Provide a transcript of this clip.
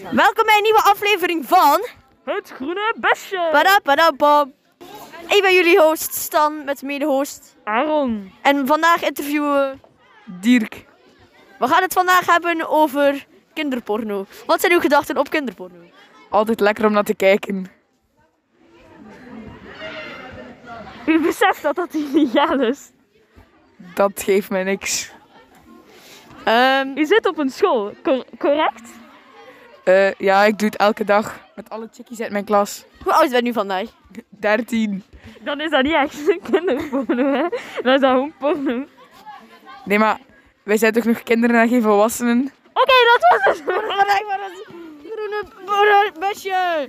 Welkom bij een nieuwe aflevering van Het groene besje. Parapadapam. Ik ben jullie host Stan met mede-host. Aaron. En vandaag interviewen we- Dirk. we. gaan het vandaag hebben over kinderporno. Wat zijn uw gedachten op kinderporno? Altijd lekker om naar te kijken. U beseft dat dat illegaal is. Dat geeft mij niks. Ehm, U zit op een school, cor- correct? Eh, ja, ik doe het elke dag met alle chickies uit mijn klas. hoe oud bent u vandaag? 13. Dan is dat niet echt kinderporno, hè? Dan is dat gewoon porno. Oké, Nee, maar wij zijn toch nog kinderen en geen volwassenen? dat was het. Vandaag was het groene busje.